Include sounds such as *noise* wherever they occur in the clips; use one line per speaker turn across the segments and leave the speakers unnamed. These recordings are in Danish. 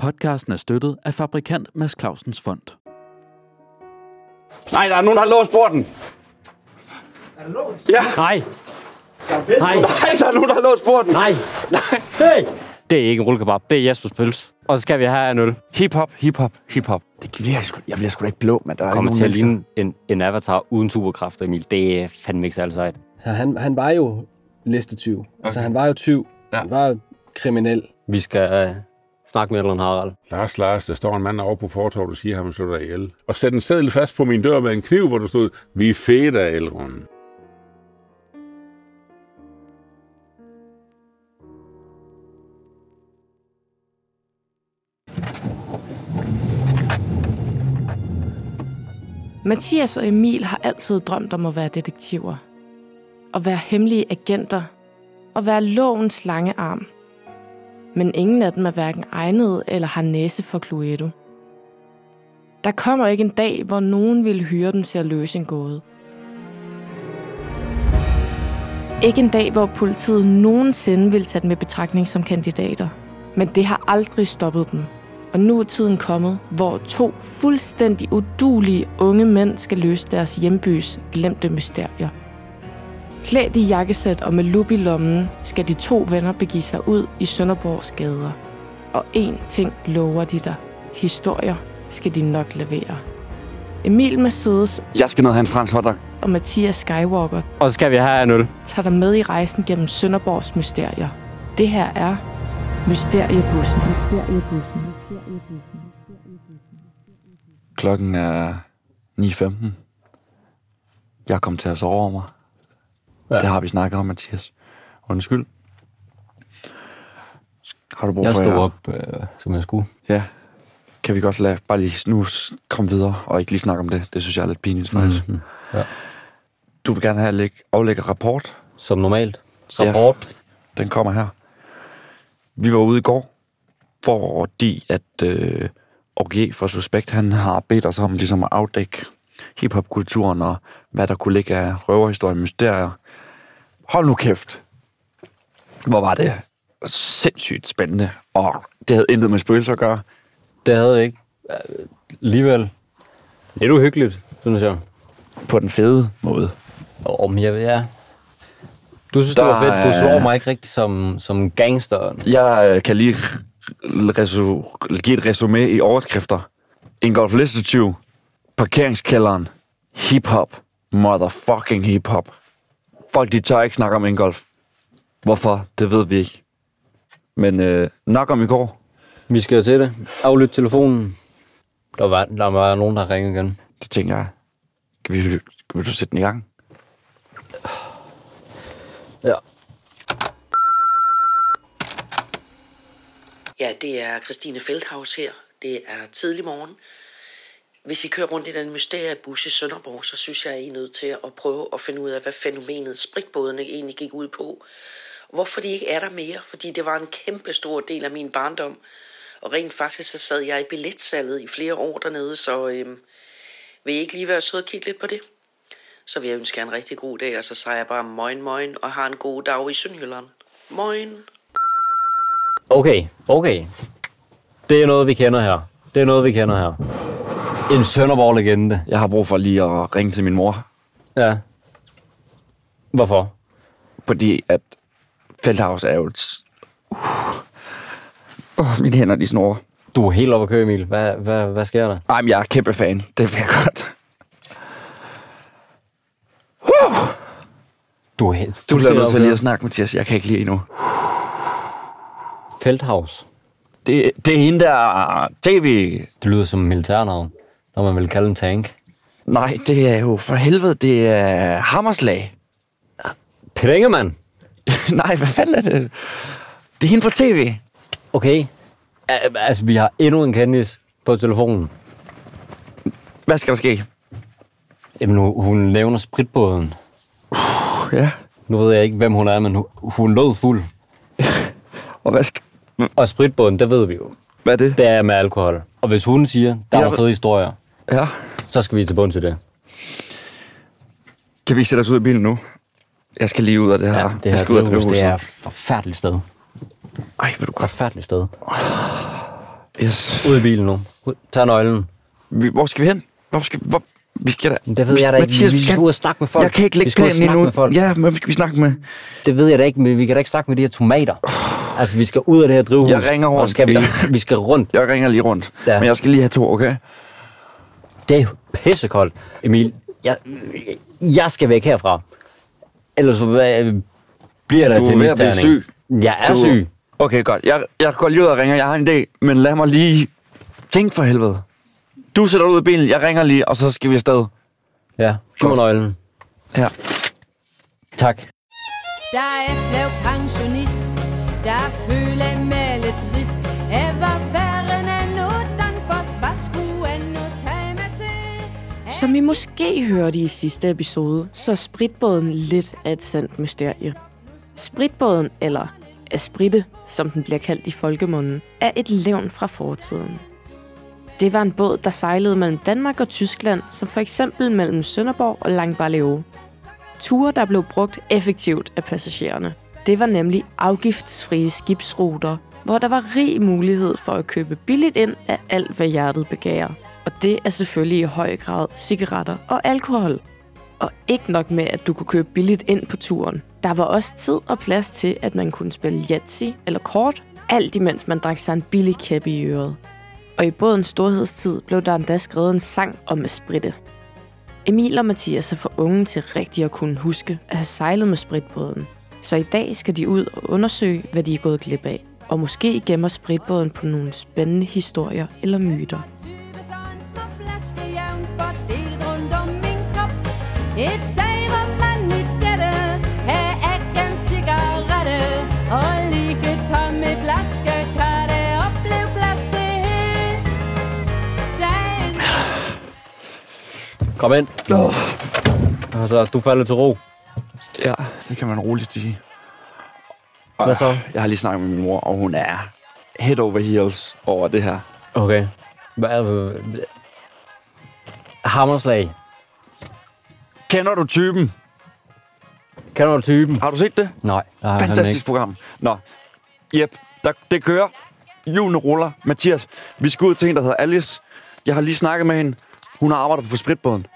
Podcasten er støttet af fabrikant Mads Clausens Fond.
Nej, der er nogen, der har låst porten.
Nej, Nej.
Nej, der er nogen, der har låst porten.
nej. Hey. Det er ikke en rullekebab. Det er Jespers pølse. Og så skal vi have en øl.
Hip-hop, hip-hop, hip-hop.
Det bliver jeg, sgu, jeg bliver sgu da ikke blå, men der er
Kommer
ikke
til at
nogen
ligne en, en avatar uden superkræfter, Emil. Det er fandme ikke særlig sejt.
Ja, han, han var jo listetyv. Okay. Altså, han var jo tyv.
Ja.
Ja. Han var kriminel.
Vi skal øh, snakke med Ellen Harald.
Lars, Lars, der står en mand over på fortorvet og siger, at han vil slå dig ihjel. Og sæt en seddel fast på min dør med en kniv, hvor der stod, vi er fede af Elrond.
Mathias og Emil har altid drømt om at være detektiver. At være hemmelige agenter. At være lovens lange arm. Men ingen af dem er hverken egnet eller har næse for Cluedo. Der kommer ikke en dag, hvor nogen ville hyre dem til at løse en gåde. Ikke en dag, hvor politiet nogensinde ville tage dem i betragtning som kandidater. Men det har aldrig stoppet dem. Og nu er tiden kommet, hvor to fuldstændig udulige unge mænd skal løse deres hjembys glemte mysterier. Klædt i jakkesæt og med lup i lommen, skal de to venner begive sig ud i Sønderborgs gader. Og én ting lover de dig. Historier skal de nok levere. Emil Mercedes
Jeg skal ned og have en fransk hotdog.
og Mathias Skywalker
Og så skal vi have en øl.
tager dig med i rejsen gennem Sønderborgs mysterier. Det her er Mysteriebussen.
Klokken er 9.15. Jeg kom til at sove over mig. Ja. Det har vi snakket om, Mathias. Undskyld. Har du brug
Jeg
for,
stod
jeg-
op, øh, som jeg skulle.
Ja. Kan vi godt lade bare lige nu s- komme videre og ikke lige snakke om det. Det synes jeg er lidt pinligt, faktisk. Mm-hmm.
Mhm. Ja.
Du vil gerne have at lægge, aflægge rapport.
Som normalt.
Ja.
Rapport.
Den kommer her. Vi var ude i går, fordi at øh, Orgier fra Suspekt, han har bedt os om ligesom at afdække hiphopkulturen og hvad der kunne ligge af røverhistorie og mysterier. Hold nu kæft. Hvor var det sindssygt spændende, og det havde intet med spøgelser at gøre.
Det havde jeg ikke. Øh, Alligevel. Lidt uhyggeligt, synes jeg.
På den fede måde.
Og men jeg ja. Du synes, der... det
Der
var fedt. Du
er-
slår mig ikke rigtig som, som gangsteren.
Jeg øh, kan lige r- resu- give et resume i overskrifter. Ingolf Listetyv, parkeringskælderen, hip-hop, motherfucking hip-hop. Folk, de tør ikke snakke om Ingolf. Hvorfor? Det ved vi ikke. Men øh, nok om i går.
Vi skal til det. Aflyt telefonen. Der var, der var nogen, der ringede igen.
Det tænker jeg. Kan vi, kan du sætte den i gang?
Ja.
Ja, det er Christine Feldhaus her. Det er tidlig morgen. Hvis I kører rundt i den mysteriebus i Sønderborg, så synes jeg, I er nødt til at prøve at finde ud af, hvad fænomenet spritbådene egentlig gik ud på. Hvorfor de ikke er der mere, fordi det var en kæmpe stor del af min barndom. Og rent faktisk så sad jeg i billetsalget i flere år dernede, så øhm, vil I ikke lige være søde og kigge lidt på det? Så vil jeg ønske jer en rigtig god dag, og så siger jeg bare moin moin, og har en god dag i Sønderjylland. Moin!
Okay, okay. Det er noget, vi kender her. Det er noget, vi kender her. En Sønderborg-legende.
Jeg har brug for lige at ringe til min mor,
Ja. Hvorfor?
fordi at Feldhaus er jo et... s- Uh. Oh, mine hænder, de snorer.
Du er helt oppe at køre, Emil. Hvad, hvad, hvad sker der?
Ej, men jeg er kæmpe fan. Det vil jeg godt.
Du er helt
Du bliver nødt til
fuldstændig
lige
oppe
at snakke, Mathias. Jeg kan ikke lide endnu.
at køre. Feldhaus.
Det, det er hende der tv.
Det lyder som en militærnavn, når man vil kalde en tank.
Nej, det er jo for helvede, det er Hammerslag. *laughs*
Pringemand.
Nej, hvad fanden er det? Det er hende fra tv.
Okay. Al- Altså, vi har endnu en kendis på telefonen.
Hvad skal der ske?
Jamen, hun hun nævner spritbåden.
Puh, Ja,
Nu ved jeg ikke, hvem hun er, men hun, hun lød fuld.
og hvad, sk-
Og spritbåden, det ved vi jo.
hvad er det?
Det er med alkohol. Og hvis hun siger, der er
Jeg
nogle
ved-
fede historier,
Ja.
så skal vi til bund til det.
Kan vi ikke sætte os ud af bilen nu? Jeg skal lige ud af det her.
det
jeg
her
skal ud af
drivhus, det
drivhuset.
er et forfærdeligt sted.
Ej, vil du godt.
Forfærdeligt sted.
Yes.
Ud i bilen nu. Ud- Tag nøglen.
Vi, hvor skal vi hen? Hvor skal vi? Hvor, vi skal da...
Det ved jeg da ikke.
Mathias,
Vi
vi
skal ud og snakke med folk.
Jeg kan ikke
Vi
lægge
skal ud og
planen
snakke
endnu.
med folk.
Ja, men hvem skal vi snakke med?
Det ved jeg da ikke, men vi kan da ikke snakke med de her tomater. Altså, vi skal ud af det her drivhus.
Jeg ringer
Og
rundt.
skal vi, vi skal rundt.
Jeg ringer lige rundt.
Ja.
Ja. Men jeg skal lige have to, okay?
Det er jo pissekoldt, Emil. Jeg, jeg skal væk herfra. Ellers øh, bliver der
Du er
til
ved at blive
misterning. Jeg er
Du-
syg.
Okay, godt. Jeg, jeg går lige ud og ringer. Jeg har en idé, men lad mig lige... Tænk for helvede. Du sætter dig ud af bilen, jeg ringer lige, og så skal vi afsted.
Ja, giv mig nøglen.
Her.
Tak.
Der er blev pensionist, der føler mig lidt trist. Jeg var færre end udenfor, hvad skulle jeg nu tage mig til?
Som I måske hørte i sidste episode, så er spritbåden lidt af et sandt mysterie. Spritbåden, eller Aspritte, som den bliver kaldt i folkemunden, er et levn fra fortiden. Det var en båd, der sejlede mellem Danmark og Tyskland, som for eksempel mellem Sønderborg og Langbarleo. Ture, der blev brugt effektivt af passagererne. Det var nemlig afgiftsfrie skibsruter, hvor der var rig mulighed for at købe billigt ind af alt, hvad hjertet begærer. Og det er selvfølgelig i høj grad cigaretter og alkohol. Og ikke nok med, at du kunne købe billigt ind på turen. Der var også tid og plads til, at man kunne spille Yahtzee eller kort, alt imens man drak sig en billig kæppe i øret. Og i bådens storhedstid blev der endda skrevet en sang om at spritte. Emil og Mathias er for unge til rigtig at kunne huske at have sejlet med spritbåden. Så i dag skal de ud og undersøge, hvad de er gået glip af. Og måske gemmer spritbåden på nogle spændende historier eller myter.
Tyve så en små flaske jævnt fordelt rundt om min krop. Et sted, hvor man i dette er ikke en cigarette. Og lige et par med flaske, kan det opleve plads til hele dagen.
Kom ind. Altså, du falder til ro.
Ja, det kan man roligt sige.
Hvad så?
Jeg har lige snakket med min mor, og hun er head over heels over det her.
Okay. Hvad er... Hammerslag.
Kender du typen?
Kender du typen?
Har du set det?
Nej, det har jeg fandme
Fantastisk program. Nå, Jep, der, det kører. Julen ruller. Mathias, vi skal ud til en, der hedder Alice. Jeg har lige snakket med hende. Hun har arbejdet på spritbåden.
ikke.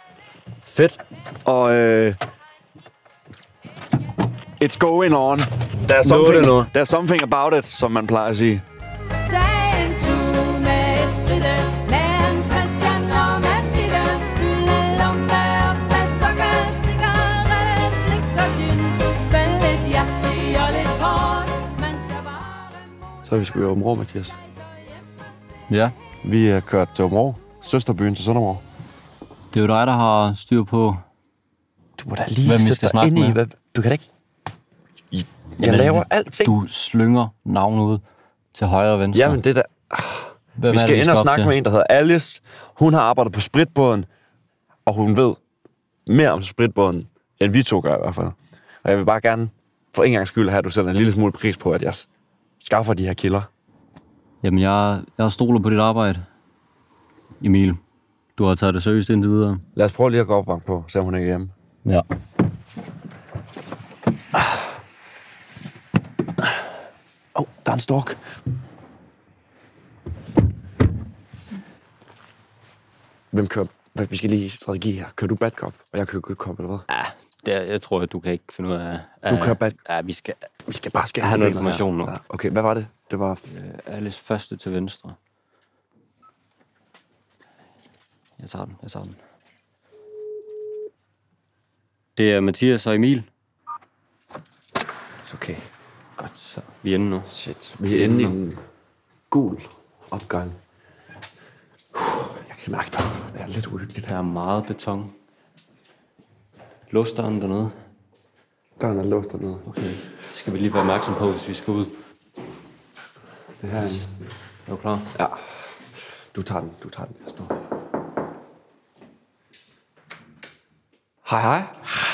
Fedt.
Og øh, it's going on. There's
Nu er det
something,
nu.
there's something about it, som man plejer at sige.
Tag en tur med spritte Med Hans Christian og med Ditte Fylde lomme op med sukker Cigaretter, slik og gin Spænd lidt yachty og lidt kort Man skal bare være mor
Så er vi sgu i Åben Rå, Mathias.
Ja,
Vi er kørt til Områ, søsterbyen til Sønderborg.
det er jo dig, der har styr på...
Du må da lige
Hvem vi sætte skal dig snakke ind i, med.
hvad... Du kan da ikke... Jeg
Jamen, laver
alting.
Du slynger navnet ud til højre og venstre.
Jamen, det er da...
Hvem
Vi
er
skal,
det,
ind og
op
snakke
til?
med en, der hedder Alice. Hun har arbejdet på spritbåden, og hun ved mere om spritbåden, end vi to gør i hvert fald. Og jeg vil bare gerne for en gang skyld have, at du sætter en lille smule pris på, at jeg s- skaffer de her kilder.
Jamen, jeg, jeg stoler på dit arbejde, Emil. Du har taget det seriøst indtil videre.
Lad os prøve lige at gå op og banke på, se om hun ikke er hjemme.
Ja.
Åh, oh, der er en stork. Hvem kører... Hvad, vi skal lige strategi her. Kører du bad cop, og jeg kører good cop, eller hvad?
Ja, det, jeg tror, at du kan ikke finde ud af...
Du
af-
kører bad...
Ja, vi skal...
Vi skal bare skære
Jeg har
til
noget
benet her.
information nu.
Ja, Okay, hvad var det? Det var...
Øh, Alice første til venstre. Jeg tager den, jeg tager den. Det er Mathias og Emil.
Okay.
Godt, så vi er inde nu.
Shit, vi er inde i en gul opgang. Uh, Jeg kan mærke, at det er lidt uhyggeligt her.
Der er meget beton. Låsdøren dernede.
Døren er låst dernede.
Okay. Det skal vi lige være opmærksom på, hvis vi skal ud.
Det her er en...
Er du klar?
Ja. Du tager den, du tager den. Jeg står. Hej, hej.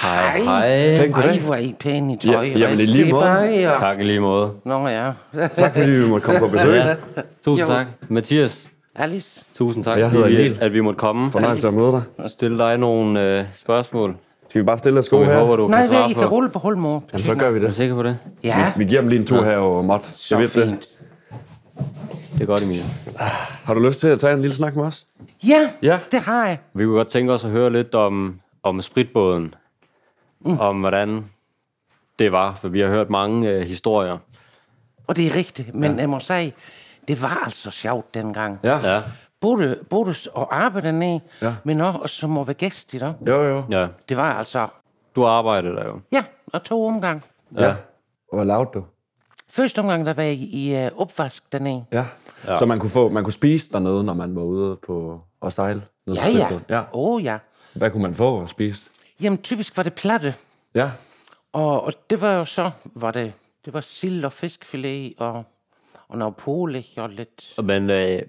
Hej. Hej.
Pænt goddag.
Ej, hvor er I pæne i tøj.
Ja, jamen, i lige
Hvad
måde.
skipper I? Og-
Tak i lige måde.
Nå ja.
Tak fordi vi måtte *laughs* komme på besøg.
Ja. Tusind
Jo.
tak. Mathias,
Alice,
tusind tak,
Og jeg hedder
vi-
Emil.
at vi måtte komme
Fornøjelse at møde dig.
og stille dig nogle øh, spørgsmål.
Skal vi bare stille os sko
Og vi
her?
håber, du
nej,
kan svare
hvad, I
på.
kan rulle på hul, mor.
Jamen, så gør vi
Er du
det.
sikker på det?
Ja,
Vi giver dem lige en tur her over Mott.
så fint.
Det er godt, Emil.
Har du lyst til at tage en lille snak med os?
Ja,
Ja.
det har jeg.
Vi kunne godt tænke os at høre lidt om, om spritbåden. Mm. Om hvordan det var, for vi har hørt mange øh, historier.
Og det er rigtigt, men ja. jeg må sige, det var altså sjovt dengang.
Ja.
Ja,
Både, både at arbejde dernede, ja. men også som at være gæst i dag.
Jo, jo.
ja.
Det var altså,
Du arbejder der jo.
ja, og to omgang.
Ja. ja.
Hvor lavt du?
Første omgang, der var jeg i øh, opvask dernede.
Ja. ja. Så man kunne, få, man kunne spise dernede, når man var ude på at sejle? nede på
Ja, ja.
Spritbåden. ja.
Åh, oh, ja.
Hvad kunne man få at spise?
Jamen, typisk var det platte.
Ja.
Og, og det var jo så, var det, det var sild og fiskfilet og, og noget pålæg og lidt...
Men øh,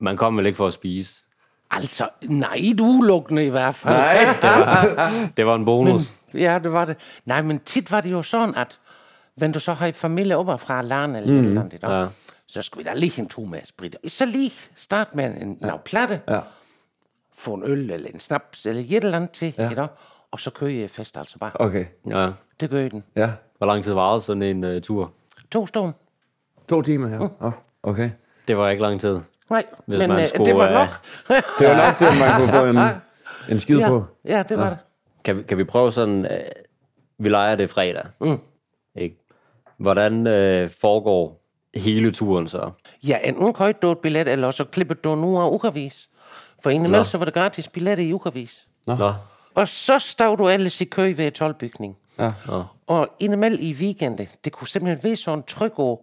man kom vel ikke for at spise.
Altså, nej, ikke udelukkende i hvert fald. Nej.
Det var en bonus.
Ja, det var det. Nej, men tit var det jo sådan, at when du så har en familie oppe fra Larne eller mm. sådan noget,
Ja.
ja. så skulle vi da lige en tur med sprit. Så lige start med en, en lav platte, ja. få en øl eller en snaps eller et eller andet til, ja. ikke? og så kører jeg fest altså bare. Okay.
Okay.
Men, ja.
Det gør I den.
Ja.
Hvor lang tid varede sådan en øh, tur?
To stående.
To timer her. Mm. Oh, okay.
Det var ikke lang tid.
Nej,
Hvis
men
man
øh,
skulle,
det var
øh,
nok.
Det var nok til, at man kunne få *laughs* en, en skid ja. på.
*laughs* Ja, ja det var ja. det.
Kan, vi- kan vi prøve sådan, øh, vi leger det fredag. Mm. Ikke? Hvordan øh, foregår hele turen så?
Ja, enten køjte du et billet, eller så klipper du nu af ukavis. For indimellem så var det gratis billetter i ukavis.
Nå. Nå.
Og så stod du ellers i kø ved tolvbygning. Ja. Og indimellem i weekenden, det kunne simpelthen være sådan tryk over,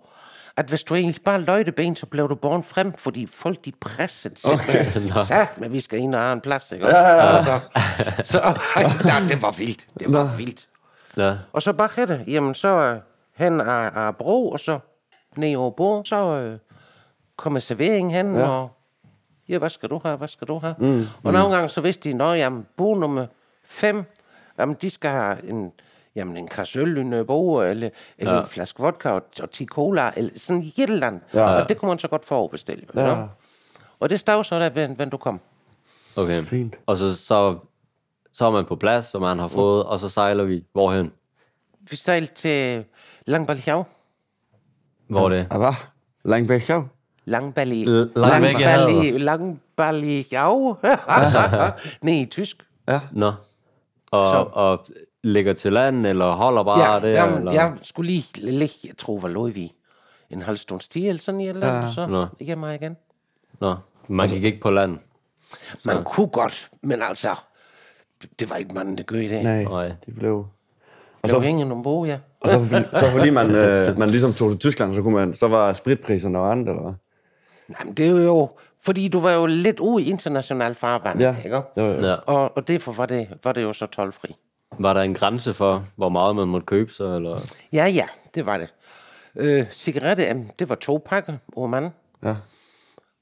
at hvis du egentlig bare løjte ben, så blev du borgen frem, fordi folk de pressede *laughs* simpelthen. Okay. Ja, men vi skal ind og have en plads, ikke? Ja, ja, ja. Så, så nej, det var vildt. Det var vildt.
Nå.
Og så bare hætte, jamen så øh, hen af, af bro, og så ned over bord, så øh, kommer serveringen hen, ja. og ja, hvad skal du have, hvad skal du have? Mm, og nogle gange så vidste de, nå, jamen, bord nummer 5, jamen, de skal have en, jamen, en kasse øl, en øh, bord, eller, eller ja. en flaske vodka og, og 10 cola, eller sådan et eller andet. Ja. Og det kunne man så godt forudbestille. Ja. No? Og det stod så der, when, when du kom.
Okay. Fint. Mm. Og så, så, så er man på plads, som man har fået, og så sejler vi. Hvorhen?
Vi sejlede til Langbalhav.
Hvor er det?
Ja, hvad? Ah, Langbæk sjov.
Langbali.
Langbali-
Langbali. Langbali. *laughs* Nej, i tysk.
Nå. Og,
Så-
og ligger til land, eller holder bare det?
jeg,
eller?
jeg skulle lige ligge, jeg tror, hvor lå vi? En halv stunds tid eller sådan, eller ja. så
Nå.
ikke mig igen.
Nå. Man gik ikke på land.
Man kunne godt, men altså, det var ikke manden, der gør i dag. Nej.
Nej,
Nej.
det blev...
Og så hænger nogle bo, ja.
Og så, fordi- så fordi *laughs* man, øh, man ligesom tog til Tyskland, så, kunne man, så var spritpriserne og andet, eller hvad?
Nej, men det er jo, fordi du var jo lidt ude i international farvand, ja. ikke?
Jo, jo.
Ja.
Og, og derfor var det, var det jo så tolvfri.
Var der en grænse for, hvor meget man måtte købe sig? Eller?
Ja, ja, det var det. Øh, cigaretter, jamen, det var to pakker over mand.
Ja.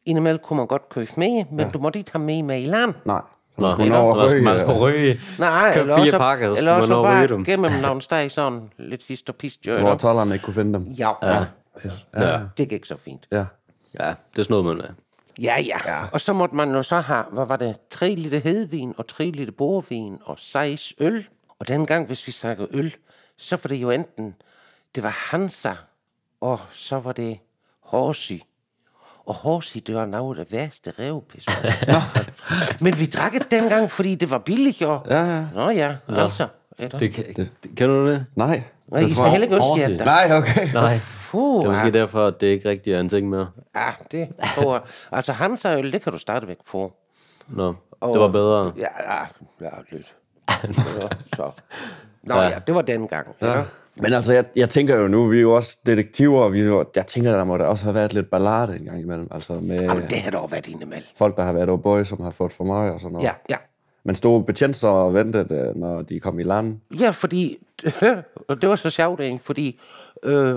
Indimellem kunne man godt købe med, men ja. du måtte ikke have med med i land.
Nej. Så
Nå,
man skulle nå at
man,
ryge. øh,
man skulle ryge.
Nej,
Køb
eller
fire
også-
pakker, så
eller
skulle
også
man nå
bare
at ryge dem.
gemme dem nogle steg sådan lidt hist og pist, jo.
øh, Hvor
eller?
tollerne ikke kunne finde dem.
Ja, ja. ja. Det gik så fint.
Ja.
Ja, det snod man med.
Ja, ja, ja. Og så måtte man jo så have, hvad var det, 3 liter hedvin og 3 liter borvin og 6 øl. Og dengang, hvis vi snakker øl, så var det jo enten, det var Hansa, og så var det Horsi. Og Horsi, det var noget af det værste revpis. *laughs* Men vi drak det dengang, fordi det var billigt, jo. Ja, ja. Nå ja, altså. Det,
Det, kan- det, kender du det?
Nej.
og I skal heller ikke ønske jer, at der
Nej, okay.
Nej.
Puh,
Det er
ja,
måske derfor, at det ikke rigtig er en ting mere.
ah, det tror jeg. Altså, Hansa-øl, det kan du stadigvæk få.
Nå, det var bedre.
Ja, ja, ja lidt. Så, så. Nå ja. det var den gang. Ja.
Men altså, jeg, jeg tænker jo nu, vi er jo også detektiver, og vi er jo, jeg tænker, der må da også have været lidt ballade en gang imellem. Altså med
Jamen, Ah, det har dog været indimellem.
folk, der har været over boy, som har fået for meget og sådan
Ah.
noget.
Ja, ja.
Man stod betjent så og ventede, øh, når de kom i land.
Ja, fordi, *laughs* og det var så sjovt egentlig, fordi øh,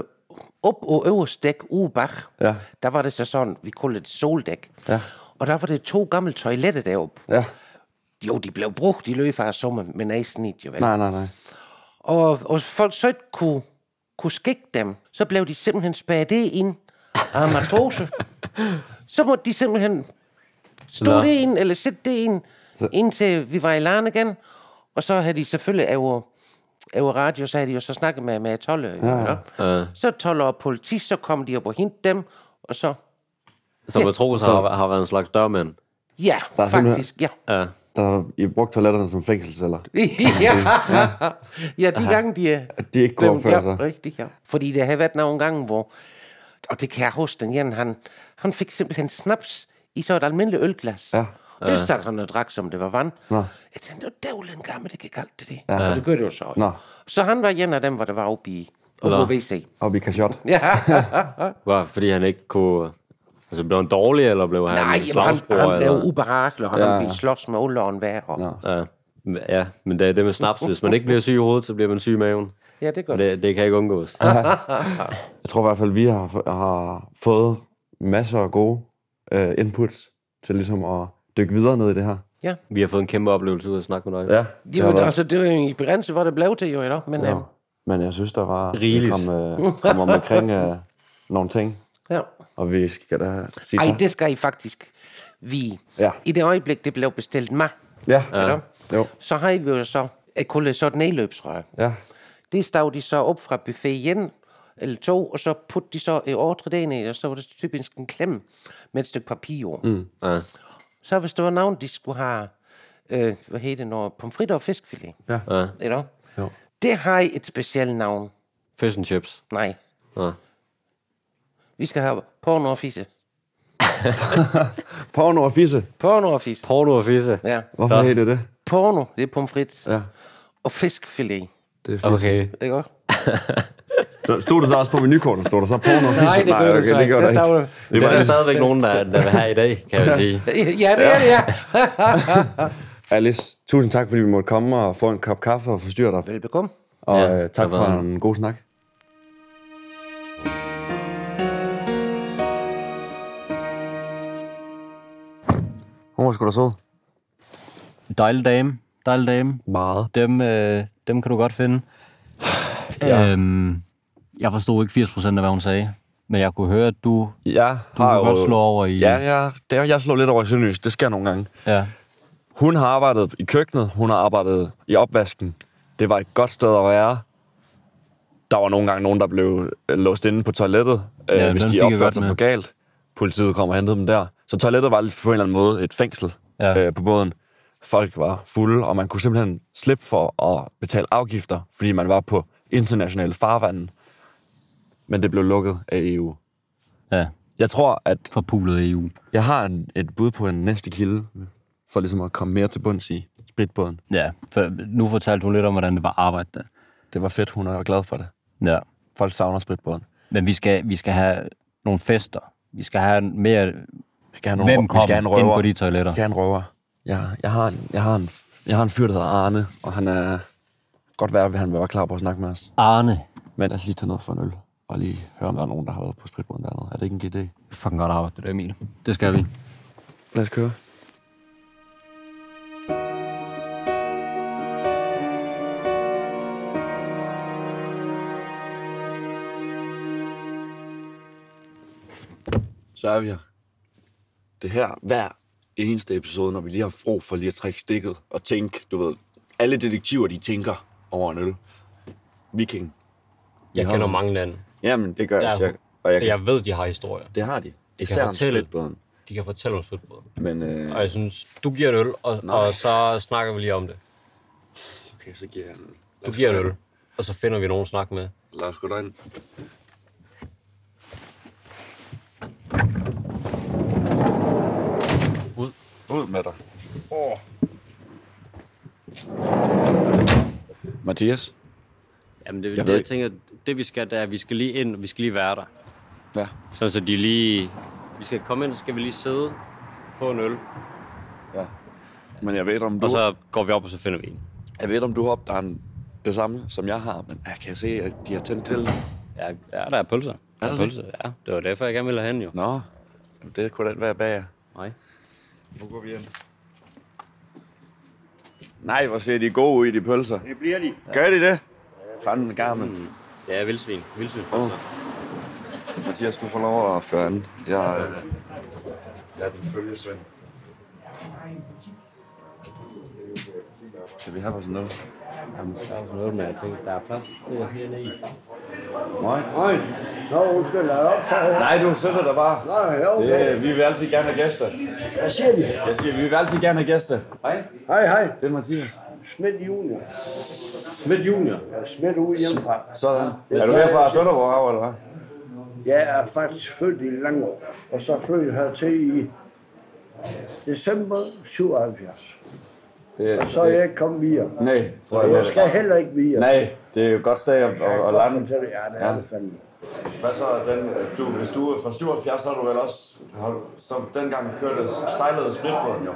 op og øverst dæk uge bag,
Ja.
der var det så sådan, vi kaldte det soldæk.
Ja.
Og der var det to gamle toiletter deroppe.
Ja.
Jo, de blev brugt i løbet af sommeren, men er snit jo vel.
Nej, nej, nej.
Og, og folk så ikke kunne, kunne skikke dem, så blev de simpelthen spærret ind af en matrose. så måtte de simpelthen stå det ind, eller sætte det ind, indtil vi var i laren igen. Og så havde de selvfølgelig af vor- af vor radio, så havde de jo så snakket med, med 12 ja. Så 12 og politi, så kom de op og hente dem, og så
Som jeg tror, så har, har været en slags dørmænd.
Ja,
Der er
faktisk, ja.
ja.
Der I brugte toiletterne som fængselsceller.
ja. ja, de gange, de er...
At de ikke kunne
Dem-
opføre sig.
Ja, rigtigt, ja. Fordi der har været nogle gange, hvor... Og det kan jeg huske, den ene, han, han fik simpelthen snaps i så et almindeligt ølglas. Ja. Og det
Ja.
satte han og drak, som det var vand.
Nå.
Jeg tænkte, det var dævlen gammel, det gik alt det der.
Ja.
Ja. Og det gør det jo så.
Nå.
Så han var en af dem, hvor der var oppe i...
Nå.
Oppe
*laughs*
på WC.
Oppe i Kajot.
Ja.
Var, fordi han ikke kunne... Altså, blev han dårlig, eller blev han
Nej, jamen, han,
slagsbror,
han blev
eller?
uberakelig, og han
Ja.
ja. ville slås med alle og enhver. og-
Ja. Men- Ja, men det er det med snaps. Hvis man ikke bliver syg i hovedet, så bliver man syg i maven.
Ja, det gør
det. Det kan ikke undgås.
Jeg tror i hvert fald, vi har, f- har fået masser af gode øh, inputs til ligesom at dykke videre ned i det her.
Ja.
Vi har fået en kæmpe oplevelse ud af at snakke med dig.
Ja,
Det var, altså, det var jo i begrænset, hvor det blev til, jo, eller? Men, øhm, ja.
Ja. Men jeg synes, der var... Vi
Rigeligt.
kom, øh, kom om omkring øh, nogle ting.
Ja.
Og vi skal da sige
Ej,
tak.
det skal I faktisk. Vi.
Ja.
I det øjeblik, det blev bestilt mig.
Ja.
Eller?
Jo.
Så har I jo så at kunne så et nedløbsrør.
Ja.
Det stod de så op fra buffet igen, eller to, og så putte de så i ordre det ind i, og så var det typisk en klemme med et stykke papir over.
Mm. Ja.
Så hvis der var nogen, de skulle have, øh, hvad hedder det, når pomfritter og fiskfilet.
Ja.
ja.
Eller?
Jo.
Det har I et specielt navn.
Fish and chips.
Nej.
Ja.
Vi skal have porno og fisse.
Porno og fisse.
Porno og fisse.
Porno og fisse.
Ja.
Hvorfor
Ja.
hedder det det?
Porno, det er pomfrit.
Ja.
Og fiskfilet.
Det er
fisk. Okay.
Ikke også?
Så stod det så også på menukortet, stod der så porno og fisse?
Nej, det gør det så ikke.
gør
Der
der
står
Det, det er der stadigvæk nogen, der, der vil have i dag, kan jeg sige.
Ja, det er det, ja.
Alice, tusind tak, fordi vi måtte komme og få en kop kaffe og forstyrre dig.
Velbekomme.
Og
Ja,
ja, øh, tak
det var-
for en god snak. Hun var sgu da sød.
Dejlig dame. Dejlig dame.
Meget.
Dem, øh, dem kan du godt finde.
*sighs* Ja.
Øhm, jeg forstod ikke 80% af, hvad hun sagde. Men jeg kunne høre, at du,
Jeg
du
har
kunne
jo-
godt slå over i...
Ja, ja det er, jeg slår lidt over i sønderjysk. Det sker nogle gange.
ja.
Hun har arbejdet i køkkenet. Hun har arbejdet i opvasken. Det var et godt sted at være. Der var nogle gange nogen, der blev øh, låst inde på toilettet,
Ja,
ja, øh,
den
hvis
fik
de
jeg godt
opførte sig
med.
for galt. Politiet kom og hentede dem der. Så toilettet var lidt på en eller anden måde et fængsel
Ja.
ja. øh, på båden. Folk var fulde, og man kunne simpelthen slippe for at betale afgifter, fordi man var på internationale farvanden. Men det blev lukket af EU.
Ja.
Jeg tror, at...
Forpulet EU.
Jeg har en, et bud på en næste kilde, for ligesom at komme mere til bunds i spritbåden.
Ja, for nu fortalte hun lidt om, hvordan det var at arbejde der.
Det var fedt, hun er glad for det.
Ja.
Folk savner spritbåden.
Men vi skal, vi skal have nogle fester. Vi skal have mere... Vi
skal have nogle-
Hvem
vi
kom
skal have en røver.
ind på de toiletter?
Vi skal have en røver. Jeg, jeg, har, en- jeg, har en, jeg har en fyr, der hedder Arne, og han er godt værd, at han var klar på at snakke med os.
Arne.
Men lad os lige tage noget for en øl, og lige høre, om der er nogen, der har været på spritbåden dernede. Er det ikke en god idé?
Fucking godt arbejde, det der, Emil. Det skal vi.
Lad os køre. Så er vi her. Det her hver eneste episode, når vi lige har brug for lige at trække stikket og tænke, du ved, alle detektiver, de tænker over en øl. Viking.
Jeg kender mange lande.
Jamen, det gør jeg,
Jeg,
jeg, og jeg, kan,
jeg ved, de har historier.
Det har de.
De
Især
kan,
om
fortælle,
spritbåden.
de kan fortælle om spritbåden.
Men, øh,
Og jeg synes, du giver en øl, og, og så snakker vi lige om det.
Okay, så giver jeg en
Du giver en øl, og så finder vi nogen at snakke med.
Lad os gå derind.
Ud.
Ud med dig. Oh. Mathias?
Jamen, det,
Jeg
jeg,
ved
det, jeg
ikke.
tænker, det vi skal, det er, at vi skal lige ind, vi skal lige være der.
Ja.
Sådan så de lige... Vi skal komme ind, så skal vi lige sidde, få en øl.
Ja. Men jeg ved ikke, om du...
Og så går vi op, og så finder vi en.
Jeg ved, om du har opdaget det samme, som jeg har, men jeg kan jeg se, at de har tændt til.
Ja, ja der er pølser. Der er
det
pølser, ja. Det var derfor, jeg gerne ville have den, jo.
Nå, Jamen, det kunne da ikke være bag jer.
Nej.
Nu går vi ind. Nej, hvor ser de gode ud i de pølser.
Det bliver de.
Gør de det? Fanden gammel. Mm.
Det er vildsvin. Vildsvin.
Oh. Mathias, du får lov at føre an. Jeg, øh, jeg er din følgesvend. Skal vi have os noget?
Jamen, der er noget med, jeg tænker, der er plads til hernede.
Nej.
Nej.
Nå, undskyld, er der optaget?
Nej, du sidder der bare.
Nej, jo, okay.
Det, vi vil altid gerne have gæster.
Hvad siger de?
Jeg siger, vi vil altid gerne have gæster. Hej.
Hej, hej.
Det er Mathias.
Smidt junior.
Smidt Junior.
Jeg er smidt ud hjemmefra.
Sådan. Er
Det
du
tror
her
jeg,
fra
jeg siger.
Sønderborg, af, eller hvad?
Jeg er faktisk født i Langå, og så flyttede jeg hertil i december 77.
Det,
Og så er jeg ikke kommet videre.
Nej, tror
Og
jeg,
jeg
det er-
skal heller ikke videre.
Nej, det er jo et godt sted at,
Jeg
at,
kan
at
godt
lande.
fortælle jer, det er det fandme.
Hvad så den, øh, du, hvis du er fra 77, så er du vel også, har, du- så dengang kørte, sejlede splitbåden jo.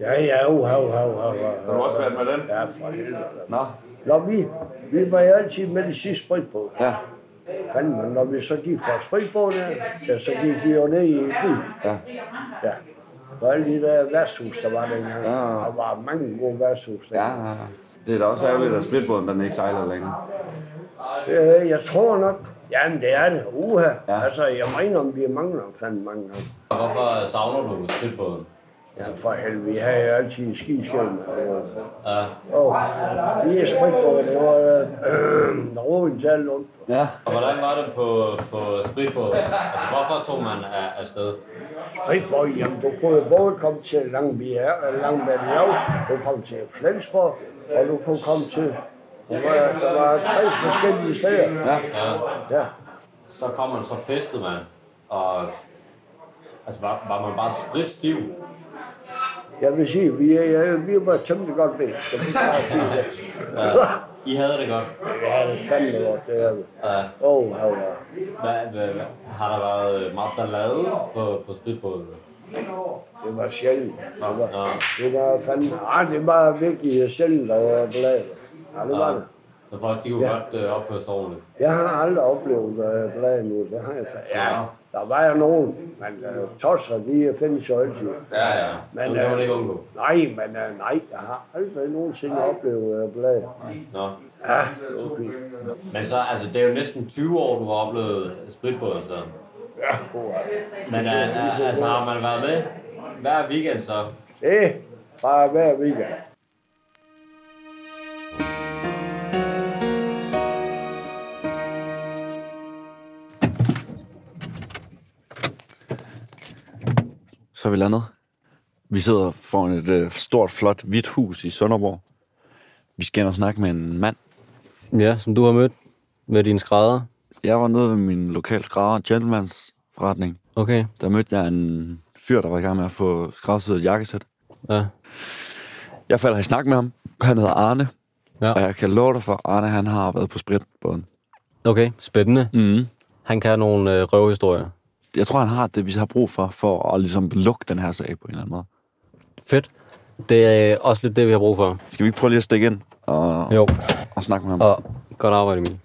Ja, ja, uha, uha, uha, uha.
Har du også været med den?
Ja, for helvede.
Nå,
Når vi, vi var jo altid med det sidste spritbåd.
Ja.
Fanden, når vi så gik fra spritbåden, ja, så gik vi jo ned i byen.
Ja.
Ja. Og alle de der værtshus, der var dengang. Ja. Der var mange gode værtshus.
ja, ja, ja. Det er da også ærgerligt, at splitbåden den ikke sejler længere.
Øh, jeg tror nok, jamen det er det. Uha. Ja. Altså, jeg mener, om vi mangler fandme mange gange.
Hvorfor savner du splitbåden?
Ja, for helvede, vi havde jo altid skiskæld.
Ja.
Og vi er spritbåden, det var øh, *clears throat* roen til alt ondt.
Ja.
Og hvordan var det på, på spritbåden? Altså, hvorfor tog man af, afsted?
Spritbåden, jamen du kunne jo både komme til Langbjerg, Langbjerg, du kom til Flensborg, og du kunne komme til, der var, der var tre forskellige steder.
ja.
Ja.
Så kom man, så festede man, og altså, var, var man bare spritstiv.
Jeg vil sige, vi, er, ja, vi var temmelig godt ved. skal vi bare sige det.
Ja. I havde det godt.
Ja, det er fandme godt, det er det.
Ja.
Åh, oh, ja.
Hvad, hvad, hvad, har der været øh, meget ballade på, på spritbåden?
Det var sjældent.
Nå, nå.
Det var fandme, ah, det var virkelig sjældent, der var bladet. Ja, det var det.
Så folk, de kunne ja. godt øh, opføre sig ordentligt.
Jeg har aldrig oplevet uh, bladet nu, det har jeg faktisk.
Ja.
Der var jo nogen, men uh, tosser, de findes jo altid.
Ja, ja.
Men,
Men, det kan man
øh,
ikke undgå.
Nej, men uh, nej, jeg har aldrig nogensinde oplevet uh, bladet.
Nå.
Ja, okay.
Men så, altså, det er jo næsten 20 år, du har oplevet spritbåden, så.
Ja,
Men øh, øh, altså, har man været med hver weekend, så?
Det var hver weekend.
Så er vi landet. Vi sidder foran et øh, stort, flot, hvidt hus i Sønderborg. Vi skal ind og snakke med en mand.
Ja, som du har mødt med dine skrædder.
Jeg var nede ved min lokale skrædder, Gentleman's forretning.
Okay.
Der mødte jeg en fyr, der var i gang med at få skræddersyet et jakkesæt.
Ja.
Jeg falder i snak med ham. Han hedder Arne.
Ja.
Og jeg kan love dig for, Arne han har været på spritbåden.
Okay, spændende.
Mm.
Han kan nogle øh, røvhistorier.
Jeg tror, han har det, vi har brug for, for at ligesom lukke den her sag på en eller anden måde.
Fedt. Det er øh, også lidt det, vi har brug for.
Skal vi ikke prøve lige at stikke ind og,
jo.
og snakke med ham?
Og godt arbejde, Emil.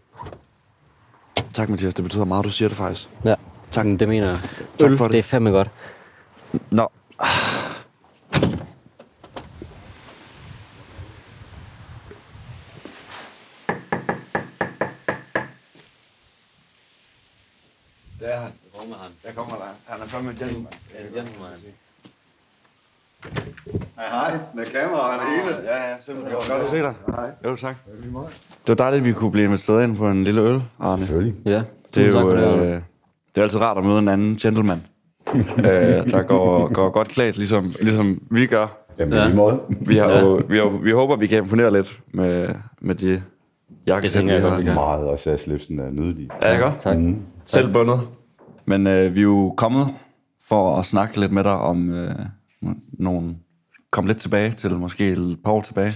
Tak, Mathias. Det betyder meget, du siger det faktisk.
Ja,
tak.
det mener jeg.
Tak
Øl,
for det.
det er fandme godt.
Nå. Det er han.
Jeg kommer med ham.
Jeg kommer der. Han er fandme en gentleman.
Ja, det er gentleman.
Hej, hej. Med kamera og det hele.
Ja, ja, simpelthen. Det var godt at se dig.
Hej.
Jo, tak.
Det
var dejligt, at vi kunne blive inviteret ind på en lille øl, Arne. Selvfølgelig.
Ja.
Det er
Tusind tak
jo
for det, Arne.
øh, det er altid rart at møde en anden gentleman, øh, der går, går godt klædt, ligesom, ligesom vi gør.
Jamen, i lige måde.
Vi, har jo, vi, har, vi håber, vi kan imponere lidt med, med de jakkesæt, vi har.
er meget, og så slipsen er nydelig.
Ja, ikke? Tak.
Mm.
Selv bundet. Men øh, vi er jo kommet for at snakke lidt med dig om øh, nogle... Kom lidt tilbage til måske et par år tilbage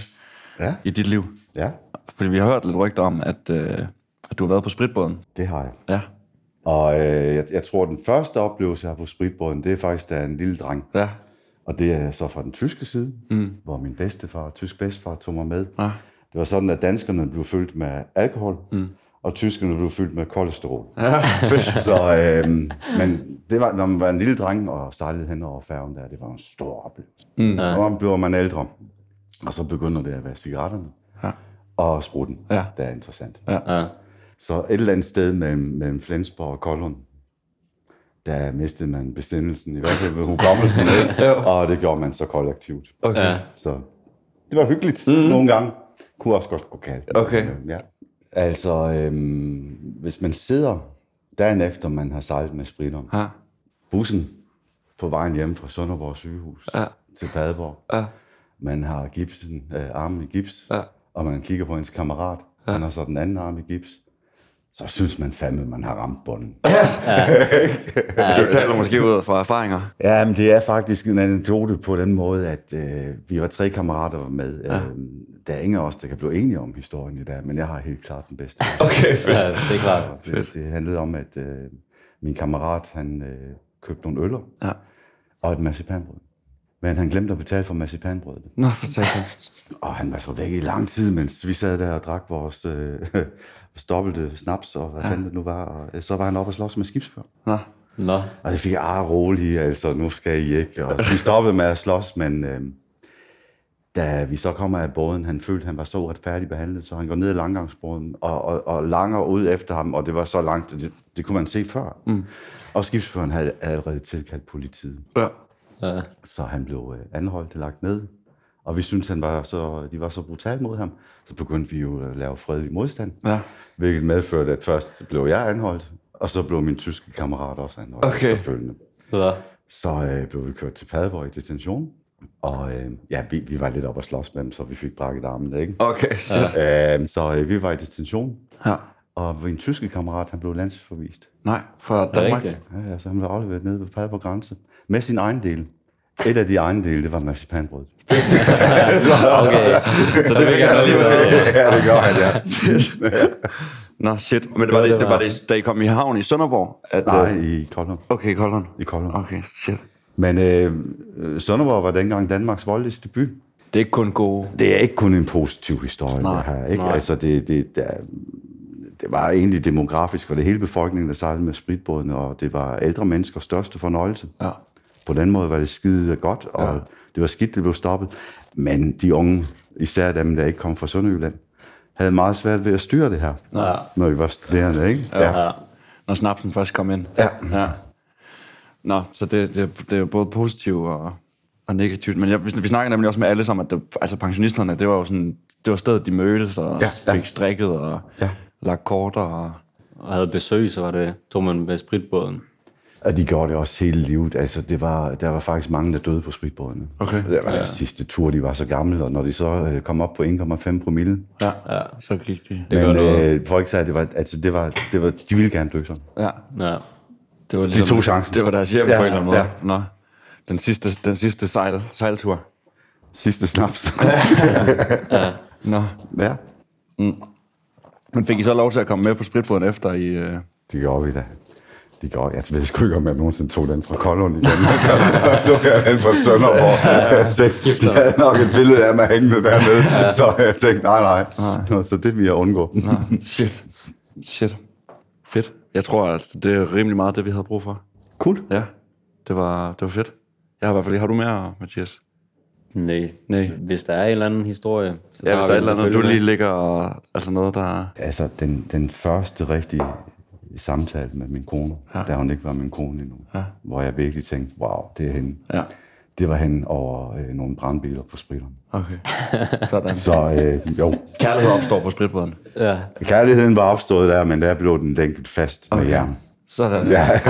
ja.
i dit liv.
Ja.
Fordi vi har hørt lidt rygter om, at, øh, at du har været på spritbåden.
Det har jeg.
Ja.
Og øh, jeg, jeg tror, den første oplevelse, jeg har på spritbåden, det er faktisk, da jeg er en lille dreng.
Ja.
Og det er så fra den tyske side,
Mm.
hvor min bedstefar, tysk bedstefar, tog mig med.
Ja.
Det var sådan, at danskerne blev fyldt med alkohol,
Mm.
og tyskerne blev fyldt med kolesterol.
Ja, fedt.
*laughs* så, øh, men det var, når man var en lille dreng og sejlede hen over færgen der, det var en stor oplevelse.
Mm.
Og man bliver man ældre, og så begynder det at være cigaretterne
Ja.
og sprutten,
ja.
der er interessant.
Ja.
Ja.
Så et eller andet sted mellem, mellem Flensborg og Kolding, der mistede man bestemmelsen, i hvert fald ved hukommelsen,
*laughs*
ikke? og det gjorde man så kollektivt.
Okay. Ja.
Så det var hyggeligt mm. nogle gange. Kunne også godt gå kaldt.
Okay.
Ja. Altså, øhm, hvis man sidder Dagen efter, man har sejlet med spritteren. Ja. Bussen på vejen hjem fra Sønderborg sygehus ja. til Padborg. Ja. Man har gipsen, øh, armen i gips, ja. og man kigger på ens kammerat. Ja. Han har så den anden arm i gips. Så synes man fandme, man har ramt bunden.
Ja. Du taler måske ud fra erfaringer.
Ja, men det er faktisk en anekdote på den måde, at øh, vi var tre kammerater der var med. Øh, der er ingen af os, der kan blive enige om historien i dag, men jeg har helt klart den bedste.
Okay, fedt. Ja, det er klart.
Og Det, det handlede om, at øh, min kammerat, han øh, købte nogle øller ja. og et marcipanbrød. Men han glemte at betale for marcipanbrødet.
Nå, for satan.
Og han var så væk i lang tid, mens vi sad der og drak vores, øh, *laughs* vores dobbelte snaps, og hvad
Ja.
ja. fanden det nu var. Og øh, så var han oppe og slås med skibsfører.
Nå.
Nå.
Og det fik jeg, ah, rolig, altså, nu skal I ikke. Og vi stoppede med at slås, men øh, da vi så kommer af båden, han følte, han var så uretfærdigt behandlet, så han går ned ad langgangsbåden og, og, og langer ud efter ham, og det var så langt, det, det kunne man se før. Mm. Og skibsføreren havde allerede tilkaldt politiet.
Ja.
Ja.
Så han blev øh, anholdt og lagt ned. Og vi syntes, han var så, de var så brutale mod ham, så begyndte vi jo at lave fredelig modstand.
Ja.
Hvilket medførte, at først blev jeg anholdt, og så blev min tyske kammerat også anholdt
Okay.
efterfølgende.
Ja.
Så øh, blev vi kørt til Padborg i detention. Og øh, ja, vi, vi var lidt op og slås med dem, så vi fik brakket armen, ikke?
Okay, shit.
Ja. Øh, så øh, vi var i detention.
Ja.
Og min tyske kammerat, han blev landsforvist.
Nej, fra Danmark.
Ja, ja, så han blev afleveret nede ved Padborg Grænse. Med sin egen del. Et af de egen dele, det var
*laughs*
marcipanbrød.
Okay, så det fik han alligevel.
Ja, det gør han, ja.
Nå, shit. Men det var det, det, var det, da I kom i havn i Sønderborg? At,
Nej,
øh,
i Koldholm.
Okay, i Koldholm.
I Koldholm.
Okay, shit.
Men øh, øh, Sønderborg var dengang Danmarks voldeligste by.
Det er ikke kun gode.
Det er ikke kun en positiv historie,
Nej,
Nej. det her. Ikke?
nej.
Altså, det, det, det, er, det var egentlig demografisk, for det hele befolkningen, der sejlede med spritbådene, og det var ældre menneskers største fornøjelse.
Ja.
På den måde var det skide godt, og ja. det var skidt, det blev stoppet. Men de unge, især dem, der ikke kom fra Sønderjylland, havde meget svært ved at styre det her,
Ja.
når vi var studerende, ikke?
Ja. Når snapsen først kom ind.
Ja.
ja. Nå, så det, det, det er jo både positivt og, og negativt. Men jeg, vi, vi snakker nemlig også med alle sammen, at det, altså pensionisterne, det var jo sådan, det var stedet, de mødtes og ja, fik strikket og ja. lagt kort og...
Og havde besøg, så var det, tog man med spritbåden.
Og de gjorde det også hele livet. Altså, det var, der var faktisk mange, der døde på spritbådene.
Okay.
Det var
Ja.
ja. sidste tur, de var så gamle, og når de så øh, kom op på 1,5 promille.
Ja, ja. så gik de.
men øh, folk sagde, at det var, altså, det var, det var, de ville gerne dø sådan.
Ja.
ja.
Det var
De
ligesom,
tog chancen.
Det var deres hjem ja,
Ja,
på en eller anden måde. Ja.
ja.
Nå. Den sidste, den sidste sejl, sejltur.
Sidste snaps.
*laughs* ja. Nå.
Ja.
Mm. Men fik I så lov til at komme med på spritbåden efter I... Øh...
Det gjorde vi da. Det gjorde, jeg ved sgu ikke, om jeg nogensinde tog den fra Koldlund igen.
*laughs*
så tog jeg den fra Sønderborg.
Ja, ja.
Jeg tænkte, de havde nok et billede af mig hængende dernede. Så jeg tænkte, nej, nej. Nå, Så det vil jeg undgå.
Nå, shit. Shit. Fedt. Jeg tror, at det er rimelig meget det, vi havde brug for.
Cool.
Ja, det var, det var fedt. Jeg har i hvert fald... Har du mere, Mathias?
Nej.
Nej.
Hvis der er en eller anden historie, så
Ja,
tager
hvis der
vi
er et
den
eller andet, du
selvfølgelig
lige
med.
ligger og... Altså noget, der...
Altså, den, den første rigtige samtale med min kone,
Ja.
ja. da hun ikke var min kone endnu,
Ja.
hvor jeg virkelig tænkte, wow, det er hende.
Ja.
Det var hende over øh, nogle brandbiler på spritteren.
*laughs* Okay. Sådan.
Så øh, jo.
Kærlighed opstår på spritbåden.
Ja.
Kærligheden var opstået der, men der blev den lænket fast okay. med jern.
Sådan.
Ja.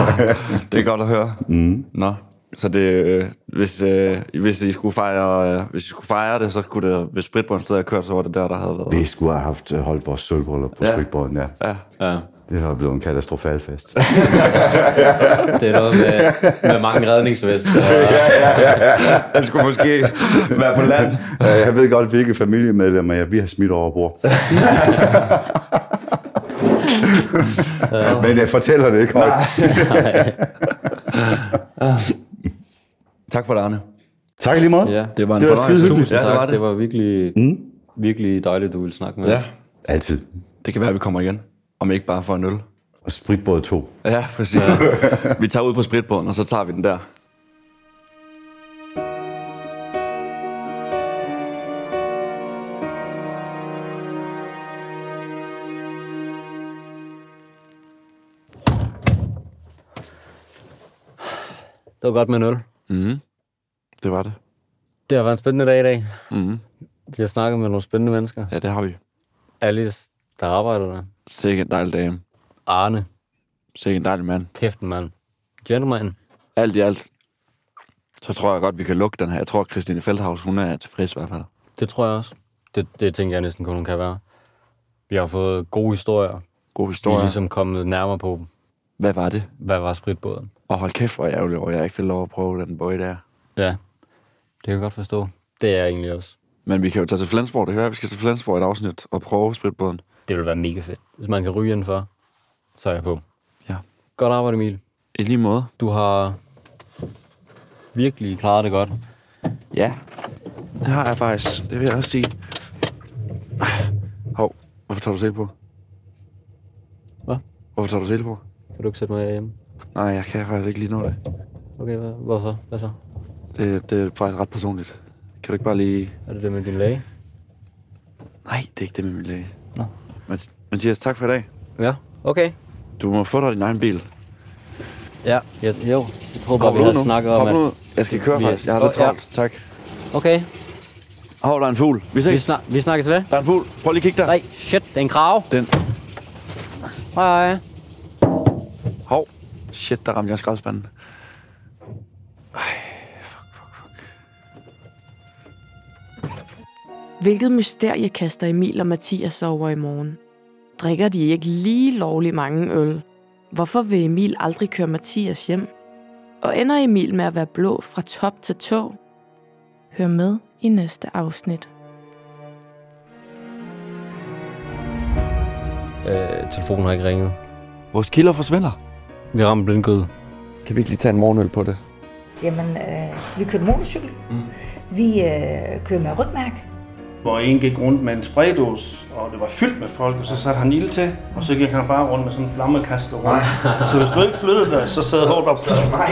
det er godt at høre. Mm. Nå. Så det, øh, hvis, øh, hvis, I skulle fejre, øh, hvis I skulle fejre det, så skulle det, hvis spritbåden stadig havde kørt, så var det der, der havde været.
*laughs* Vi skulle have haft øh, holdt vores sølvbrøller på
Ja.
ja. spritbåden, ja.
Ja.
ja.
Det var blevet en katastrofal fest. *laughs*
Det er noget med, med mange
*laughs*
redningsveste.
Den skulle *laughs* måske være på land.
Øh, jeg ved godt, hvilke familiemedlemmer jeg vi har smidt over bord. Men jeg fortæller det ikke højt.
tak for det, Arne.
Tak lige meget.
Ja.
Det var en
det var
fornøjelse.
Tusind
skide hyggeligt.
ja, tak. Det var, det. Det var virkelig, mm. virkelig dejligt, du ville snakke med
Ja.
os.
Altid.
Det kan være, at vi kommer igen. Om ikke bare for en øl.
Og spritbåd 2.
Ja, *laughs* præcis. vi tager ud på spritbåden, og så tager vi den der.
Det var godt med en øl.
Mm. Det var det.
Det har været en spændende dag i dag.
Mm.
Vi har snakket med nogle spændende mennesker.
Ja, det har vi.
Alice, der arbejder der.
Sikke en dejlig dame.
Arne,
Sikke en dejlig mand.
Kæft en mand. Gentleman.
Alt i alt. Så tror jeg godt, vi kan lukke den her. Jeg tror, Christine Feldhaus, hun er tilfreds i hvert fald.
Det tror jeg også. Det, det tænker jeg næsten kun, hun kan være. Vi har fået gode historier.
Gode
Vi
historier.
er ligesom kommet nærmere på dem.
Hvad var det?
Hvad var spritbåden?
Og hold kæft, hvor ærgerlig over, at jeg ikke fik lov at prøve den bøje der.
Ja, det kan jeg godt forstå. Det er jeg egentlig også.
Men vi kan jo tage til Flensborg. Det kan være, at vi skal til Flensborg i et afsnit og prøve spritbåden.
Det vil være mega fedt. Hvis man kan ryge indenfor, så er jeg på.
Ja.
Godt arbejde, Emil.
I lige måde.
Du har virkelig klaret det godt.
Ja. Det har jeg faktisk. Det vil jeg også sige. Hov, hvorfor tager du sæle på?
Hvad?
Hvorfor tager du sæle på?
Kan du ikke sætte mig hjemme?
Nej, jeg kan faktisk ikke lige nå det.
Okay, hvad, hvorfor? Hvad så?
det. Det er faktisk ret personligt. Kan du ikke bare lige...
Er det det med din læge?
Nej, det er ikke det med min læge. Nå. Mathias, tak for i dag.
Ja, okay.
Du må få dig din egen bil.
Ja, jeg, jo. Jeg tror bare,
Hop
vi
ud
havde
nu.
snakket om,
Hop nu ud. Jeg skal køre
vi-
faktisk. Jeg har lidt
Åh, ja.
travlt. Tak.
Okay,
Hov, der er en fugl. Vi ses.
vi, snak, vi snakkes ved.
Der er en fugl. Prøv lige at kigge der.
Nej, shit, det er en krav.
Den.
Hej, hej.
Hov. Shit, der ramte jeg skraldespanden.
Hvilket mysterie kaster Emil og Mathias sig over i morgen? Drikker de ikke lige lovlig mange øl? Hvorfor vil Emil aldrig køre Mathias hjem? Og ender Emil med at være blå fra top til tå? Hør med i næste afsnit.
Øh, telefonen har ikke ringet.
Vores kilder forsvinder.
Vi rammer blindgød.
Kan vi ikke lige tage en morgenøl på det?
Jamen, øh, vi kører motorcykel. Mm. Vi øh, kører med rødmærk.
Hvor en gik rundt med en spraydås, og det var fyldt med folk, og så satte han ild til, og så gik han bare rundt med sådan en flammekaster rundt. Så hvis du ikke flyttede dig, så sad hårdt op. Nej.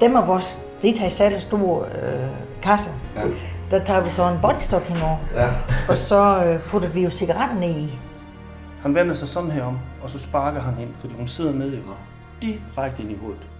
Dem og vores lidt har særlig store øh, kasse. Ja. Der tager vi så en bodystok henover.
Ja.
Og så øh, putter vi jo cigaretterne i.
Han vender sig sådan her om, og så sparker han hende, fordi hun sidder nede i mig. Direkte ind i hovedet.